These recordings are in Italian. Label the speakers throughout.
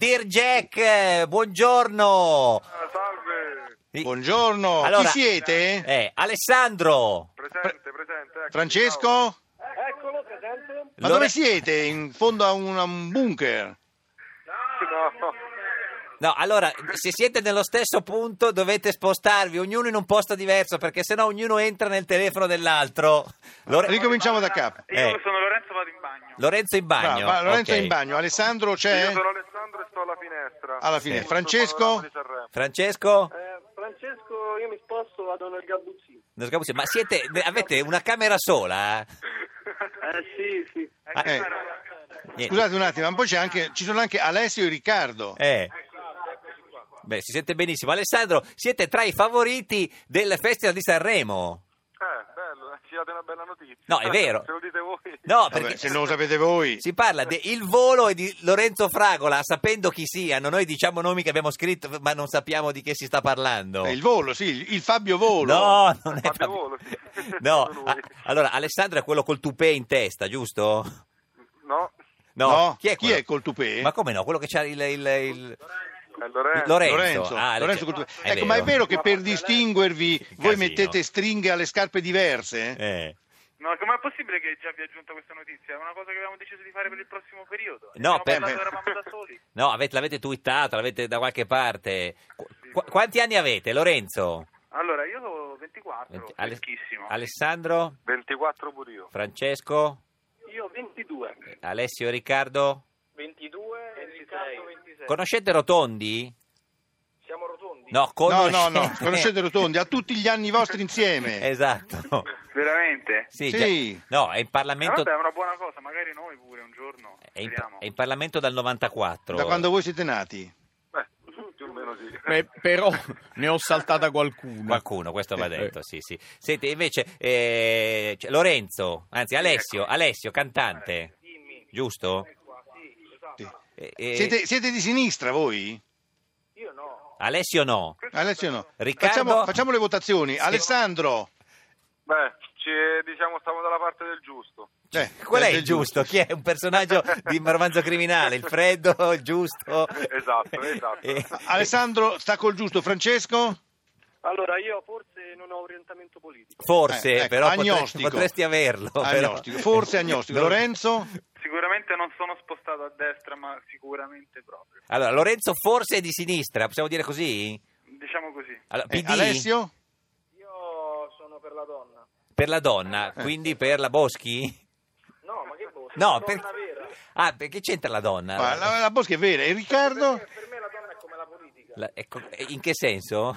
Speaker 1: Dear Jack, buongiorno.
Speaker 2: Ah, Salve,
Speaker 1: Sì.
Speaker 3: Buongiorno,
Speaker 1: Allora-
Speaker 3: chi siete?
Speaker 1: Eh, Alessandro.
Speaker 2: presente, presente. ecco, ciao.
Speaker 3: Francesco?
Speaker 4: Eccolo presente.
Speaker 3: Ma
Speaker 1: Lore-
Speaker 3: dove siete? In fondo a un, a un bunker?
Speaker 2: No,
Speaker 1: No, allora, se siete nello stesso punto dovete spostarvi, ognuno in un posto diverso, perché sennò ognuno entra nel telefono dell'altro. Lore-
Speaker 3: Ricominciamo da capo.
Speaker 1: Eh.
Speaker 5: Io sono Lorenzo, vado in bagno.
Speaker 1: Lorenzo in bagno.
Speaker 3: Brava, Lorenzo
Speaker 1: ok.
Speaker 3: è in bagno, Alessandro
Speaker 2: io
Speaker 3: c'è?
Speaker 2: sono Alessandro e sto alla finestra.
Speaker 3: Alla finestra.
Speaker 2: Sul
Speaker 3: Francesco?
Speaker 2: panorama di Sanremo.
Speaker 1: Francesco?
Speaker 4: Eh, Francesco, io mi sposto, vado nel Gabuzzino.
Speaker 1: Non scabuzzino, Ma siete, ne- avete una camera sola?
Speaker 4: Eh sì, sì.
Speaker 1: Ah,
Speaker 3: Eh,
Speaker 1: niente.
Speaker 3: Scusate un attimo, ma poi c'è anche, ci sono anche Alessio e Riccardo.
Speaker 1: Eh. Beh, si sente benissimo. Alessandro, siete tra i favoriti del Festival di Sanremo.
Speaker 2: Eh, bello, eh, ci date una bella notizia.
Speaker 1: No, è vero.
Speaker 2: Se lo dite voi.
Speaker 1: No,
Speaker 3: Vabbè,
Speaker 1: perché
Speaker 3: se non lo sapete voi.
Speaker 1: si parla del Il volo e di Lorenzo Fragola, sapendo chi siano. Noi diciamo nomi che abbiamo scritto, ma non sappiamo di che si sta parlando.
Speaker 3: Eh, Il volo, sì, il, il Fabio Volo.
Speaker 1: No, non è
Speaker 2: Fabio
Speaker 1: Fabio-
Speaker 2: Volo, sì.
Speaker 1: No,
Speaker 2: Lui.
Speaker 1: a- allora Alessandro è quello col tupè in testa, giusto?
Speaker 2: No,
Speaker 1: No,
Speaker 3: No,
Speaker 1: chi è
Speaker 3: chi
Speaker 1: quello?
Speaker 3: è col tupè?
Speaker 1: Ma come no? Quello che c'ha il, il, il-
Speaker 2: è Lorenzo.
Speaker 1: Lorenzo.
Speaker 3: Lorenzo,
Speaker 1: Ah,
Speaker 3: Lorenzo
Speaker 1: cioè-
Speaker 3: col tupè.
Speaker 1: è
Speaker 3: Ecco, ma è
Speaker 1: vero.
Speaker 3: vero che per distinguervi
Speaker 1: casino.
Speaker 3: voi mettete stringhe alle scarpe diverse?
Speaker 1: eh.
Speaker 5: No, com'è possibile che già vi è giunta questa notizia? È una cosa che avevamo deciso di fare per il prossimo periodo.
Speaker 1: No,
Speaker 5: Abbiamo
Speaker 1: per-
Speaker 5: parlato, eravamo da soli.
Speaker 1: No, avete- l'avete twittato, l'avete da qualche parte. Qu- qu- quanti anni avete, Lorenzo?
Speaker 5: Allora, io ho 24,
Speaker 1: Venti- Ale-
Speaker 5: freschissimo.
Speaker 1: Alessandro?
Speaker 2: 24 pure io.
Speaker 1: Francesco?
Speaker 4: Io ho 22.
Speaker 3: Eh.
Speaker 1: Alessio e Riccardo?
Speaker 4: 22 e Riccardo 26.
Speaker 1: Conoscete Rotondi?
Speaker 4: Siamo rotondi.
Speaker 1: No,
Speaker 3: No,
Speaker 1: conoscete...
Speaker 3: no, no, conoscete Rotondi, a tutti gli anni vostri insieme.
Speaker 1: Esatto.
Speaker 5: Veramente?
Speaker 1: Sì,
Speaker 3: Sì.
Speaker 1: già- No, è in
Speaker 5: Eh,
Speaker 1: Parlamento...
Speaker 5: vabbè, è una buona cosa, magari noi pure un giorno.
Speaker 1: È in,
Speaker 5: Speriamo.
Speaker 1: è in Parlamento dal 94.
Speaker 3: Da quando voi siete nati?
Speaker 2: Beh, più o meno sì.
Speaker 6: Beh, però ne ho saltata qualcuna.
Speaker 1: Qualcuno, questo va
Speaker 6: Eh,
Speaker 1: detto,
Speaker 6: eh.
Speaker 1: sì, sì. Senti, invece, eh, cioè, Lorenzo, anzi Alessio,
Speaker 5: ecco.
Speaker 1: Alessio,
Speaker 5: Eh,
Speaker 1: cantante, giusto?
Speaker 5: esatto.
Speaker 3: Sì.
Speaker 1: Eh, eh,
Speaker 3: Siete, siete di sinistra voi?
Speaker 4: Io no.
Speaker 1: Alessio no.
Speaker 3: Alessio no.
Speaker 1: Riccardo?
Speaker 3: Facciamo, facciamo le votazioni. Alessandro.
Speaker 2: Beh, ci, diciamo stiamo dalla parte del giusto.
Speaker 3: Eh,
Speaker 1: Qual è
Speaker 3: del
Speaker 1: il giusto? Chi è un personaggio di un romanzo criminale? Il freddo, il giusto?
Speaker 2: Esatto, esatto.
Speaker 1: Eh,
Speaker 3: Alessandro sta col giusto. Francesco?
Speaker 4: Allora, io forse non ho orientamento politico.
Speaker 1: Forse,
Speaker 3: Eh, ecco,
Speaker 1: però potre-
Speaker 3: agnostico.
Speaker 1: potresti averlo. Oh, però. Eh,
Speaker 3: Agnostico. Forse agnostico.
Speaker 1: Non-
Speaker 3: Lorenzo?
Speaker 5: Sicuramente non sono spostato a destra, ma sicuramente proprio.
Speaker 1: Allora, Lorenzo forse è di sinistra, possiamo dire così?
Speaker 5: Diciamo così.
Speaker 1: Allora,
Speaker 3: Eh,
Speaker 1: PD
Speaker 3: Alessio?
Speaker 4: Io sono per la donna.
Speaker 1: per la donna,
Speaker 3: Eh.
Speaker 1: quindi per la Boschi?
Speaker 4: No, ma che boss?
Speaker 1: No,
Speaker 4: donna
Speaker 1: per-
Speaker 4: vera.
Speaker 1: Ah, perché c'entra la donna?
Speaker 3: Ma Ah, la, la Boschi è vera. E Riccardo?
Speaker 4: Per me la donna è come la politica.
Speaker 1: La- ecco, in che senso?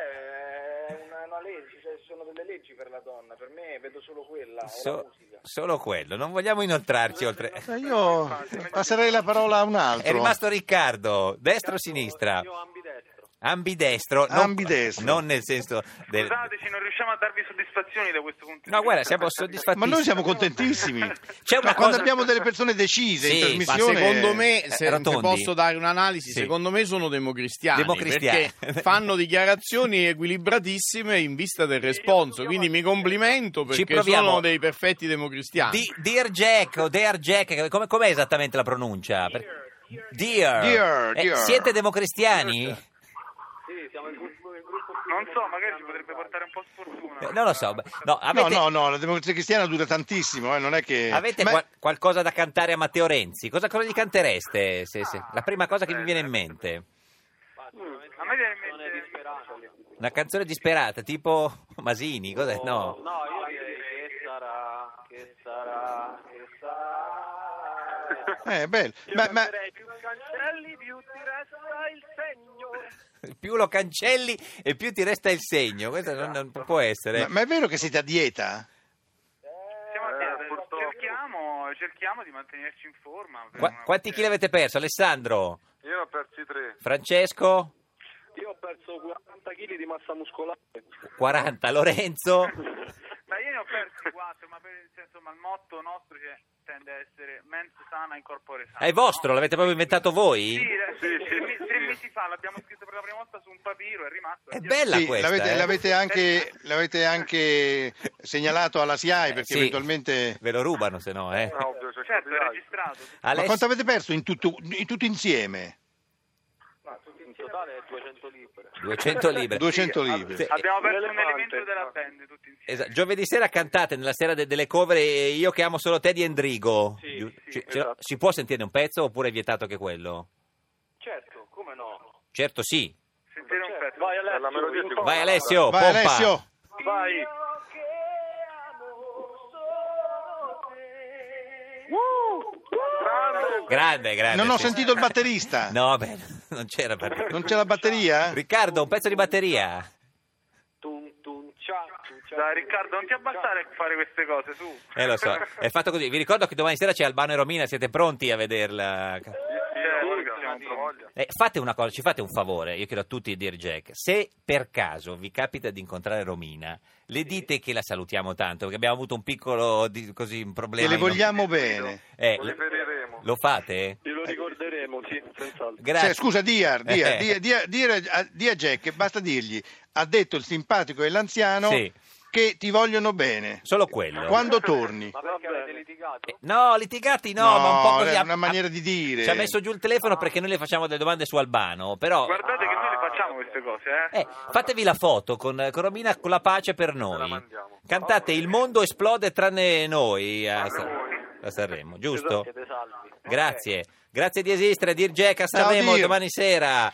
Speaker 4: Eh, è una, una legge, cioè ci sono delle leggi per la donna. Per me vedo solo quella, o la
Speaker 1: So-
Speaker 4: musica.
Speaker 1: solo quello, non vogliamo inoltrarci oltre.
Speaker 3: Eh, Io passerei la parola a un altro.
Speaker 1: È rimasto Riccardo, destra o sinistra?
Speaker 4: Io ambidestro.
Speaker 1: Ambidestro, non,
Speaker 3: Ambidestro.
Speaker 1: non nel senso del...
Speaker 5: Scusateci, non riusciamo a darvi soddisfazioni da questo punto di
Speaker 1: No,
Speaker 5: vista.
Speaker 1: guarda, siamo soddisfatti.
Speaker 3: Ma noi siamo contentissimi.
Speaker 1: C'è una
Speaker 3: Ma Cioè, quando
Speaker 1: cosa-
Speaker 3: abbiamo delle persone decise
Speaker 1: Sì,
Speaker 3: in
Speaker 1: ma
Speaker 3: trasmissione.
Speaker 6: Secondo me,
Speaker 1: Eh,
Speaker 6: se, se
Speaker 1: Rotondi.
Speaker 6: posso dare un'analisi,
Speaker 1: Sì.
Speaker 6: secondo me sono democristiani,
Speaker 1: Democristiani.
Speaker 6: perché fanno dichiarazioni equilibratissime in vista del responso, quindi mi complimento
Speaker 1: Ci
Speaker 6: perché
Speaker 1: proviamo.
Speaker 6: sono dei perfetti democristiani.
Speaker 1: Di- Dear Jack o Dear Jack, come, com'è esattamente la pronuncia? Per- Dear.
Speaker 3: Dear,
Speaker 1: Eh,
Speaker 3: dear.
Speaker 1: siete democristiani?
Speaker 4: Sì, siamo il gruppo, il gruppo più
Speaker 5: Non so, magari
Speaker 4: democratico
Speaker 5: ci potrebbe
Speaker 4: al mondo.
Speaker 5: portare un po' sfortuna.
Speaker 1: Eh, Non lo so. No,
Speaker 3: No,
Speaker 1: avete,
Speaker 3: no, no, la democrazia cristiana dura tantissimo, eh, non è che...
Speaker 1: avete
Speaker 3: Ma-
Speaker 1: qual- qualcosa da cantare a Matteo Renzi? Cosa, cosa gli cantereste? se- se- la prima cosa che mi viene in mente.
Speaker 5: Mm, A me viene in mente...
Speaker 1: Una canzone disperata, tipo Masini, cos'è? No.
Speaker 4: No, io direi che sarà, che sarà, che sarà.
Speaker 3: Eh, bello. Ma, ma-
Speaker 4: Direi più cancelli, più ti resta il segno.
Speaker 1: Più lo cancelli e più ti resta il segno. Questo non, non può essere.
Speaker 3: ma- ma è vero che siete a dieta?
Speaker 5: Siamo a
Speaker 2: Eh,
Speaker 5: dieta,
Speaker 2: purtroppo.
Speaker 5: cerchiamo, cerchiamo di mantenerci in forma. per
Speaker 1: Qua-
Speaker 5: una-
Speaker 1: quanti chili avete perso? Alessandro?
Speaker 2: Io ne ho persi
Speaker 5: Eh,
Speaker 2: tre.
Speaker 1: Francesco?
Speaker 4: Io ho perso 40 kg di massa muscolare.
Speaker 1: 40 Lorenzo?
Speaker 5: Ma io ne ho persi quattro, ma per il senso, ma il motto nostro che tende a essere mens sana in corpore sano.
Speaker 1: È vostro,
Speaker 5: no?
Speaker 1: l'avete proprio inventato
Speaker 5: Sì,
Speaker 1: voi?
Speaker 5: eh,
Speaker 2: Sì, sì.
Speaker 5: tre, me- tre mesi fa l'abbiamo scritto per la prima volta su un papiro, è rimasto.
Speaker 1: È bella
Speaker 3: Sì,
Speaker 1: questa.
Speaker 3: l'avete,
Speaker 1: eh.
Speaker 3: l'avete anche, l'avete anche segnalato alla SIAE perché
Speaker 1: Sì.
Speaker 3: eventualmente...
Speaker 1: Ve lo rubano se no, eh.
Speaker 2: Eh, Ovvio, c'è
Speaker 5: Certo, è
Speaker 2: copyright.
Speaker 5: registrato.
Speaker 3: Ma
Speaker 1: Aless-
Speaker 3: quanto avete perso in tutto, in tutto insieme?
Speaker 4: in totale è 200 libbre.
Speaker 1: 200 libbre.
Speaker 3: 200
Speaker 2: Sì,
Speaker 3: libbre.
Speaker 1: Sì.
Speaker 5: Abbiamo perso
Speaker 2: Delle
Speaker 5: un
Speaker 2: volte,
Speaker 5: elemento della
Speaker 2: no.
Speaker 5: band tutti insieme.
Speaker 1: Esatto, Giovedì sera cantate nella sera de- delle cover eh, Io che amo solo te di Endrigo.
Speaker 4: Sì,
Speaker 1: Giu-
Speaker 4: sì,
Speaker 1: ci-
Speaker 4: esatto.
Speaker 1: ce lo- Si può sentire un pezzo oppure è vietato anche quello?
Speaker 4: Certo, come no?
Speaker 1: Certo sì.
Speaker 5: Sentire un
Speaker 4: Certo.
Speaker 5: pezzo.
Speaker 4: Vai Alessio.
Speaker 2: Dalla melodia si
Speaker 4: impara.
Speaker 2: può.
Speaker 1: Vai Alessio, Oh,
Speaker 3: Vai
Speaker 1: pompa.
Speaker 3: Alessio,
Speaker 4: Vai.
Speaker 2: Grande.
Speaker 1: Grande, grande.
Speaker 3: non ho
Speaker 1: sì.
Speaker 3: sentito il batterista.
Speaker 1: Eh, No, beh, non c'era per...
Speaker 3: Non c'è la batteria?
Speaker 1: Riccardo, un pezzo di batteria.
Speaker 4: Tum, tum, cia, tum,
Speaker 2: certo.
Speaker 4: cia,
Speaker 5: Dai
Speaker 4: tum,
Speaker 5: Riccardo, non ti
Speaker 4: cia.
Speaker 5: abbassare a fare queste cose, su.
Speaker 1: Eh lo so, è fatto così. Vi ricordo che domani sera c'è Albano e Romina, siete pronti a vederla? Eh, fate una cosa, ci fate un favore, io chiedo a tutti di dire Jack, se per caso vi capita di incontrare Romina, le dite che la salutiamo tanto, perché abbiamo avuto un piccolo di- così, un
Speaker 3: Che
Speaker 1: problema.
Speaker 3: le vogliamo bene.
Speaker 1: Eh,
Speaker 2: Lo
Speaker 1: lo-
Speaker 2: rivedremo.
Speaker 1: lo fate?
Speaker 4: Glielo ricorderemo, sì, senz'altro.
Speaker 1: Grazie.
Speaker 3: Cioè, scusa, Diar, Diar,
Speaker 1: Eh.
Speaker 3: Diar, Diar- Diar- a- Diar Jack, che basta dirgli, ha detto il simpatico e l'anziano
Speaker 1: Sì.
Speaker 3: che ti vogliono bene.
Speaker 1: Solo quello. Eh,
Speaker 3: Quando torni?
Speaker 4: Ma perché avete litigato?
Speaker 1: No, litigati no, ma un po' così.
Speaker 3: è
Speaker 1: a-
Speaker 3: una maniera di dire.
Speaker 1: Ci ha messo giù il telefono perché noi le facciamo delle domande su Albano, però...
Speaker 5: Guardate che noi le facciamo queste cose, eh.
Speaker 1: Eh, fatevi la foto con, con Romina con la pace per
Speaker 2: la
Speaker 1: noi.
Speaker 2: mandiamo.
Speaker 1: Cantate Il mondo esplode tranne noi a, Sa-
Speaker 5: voi.
Speaker 1: a Sanremo, giusto?
Speaker 4: Siete salvi.
Speaker 1: Grazie. Grazie di esistere, Dir Jack a Sanremo
Speaker 3: Dir.
Speaker 1: domani sera.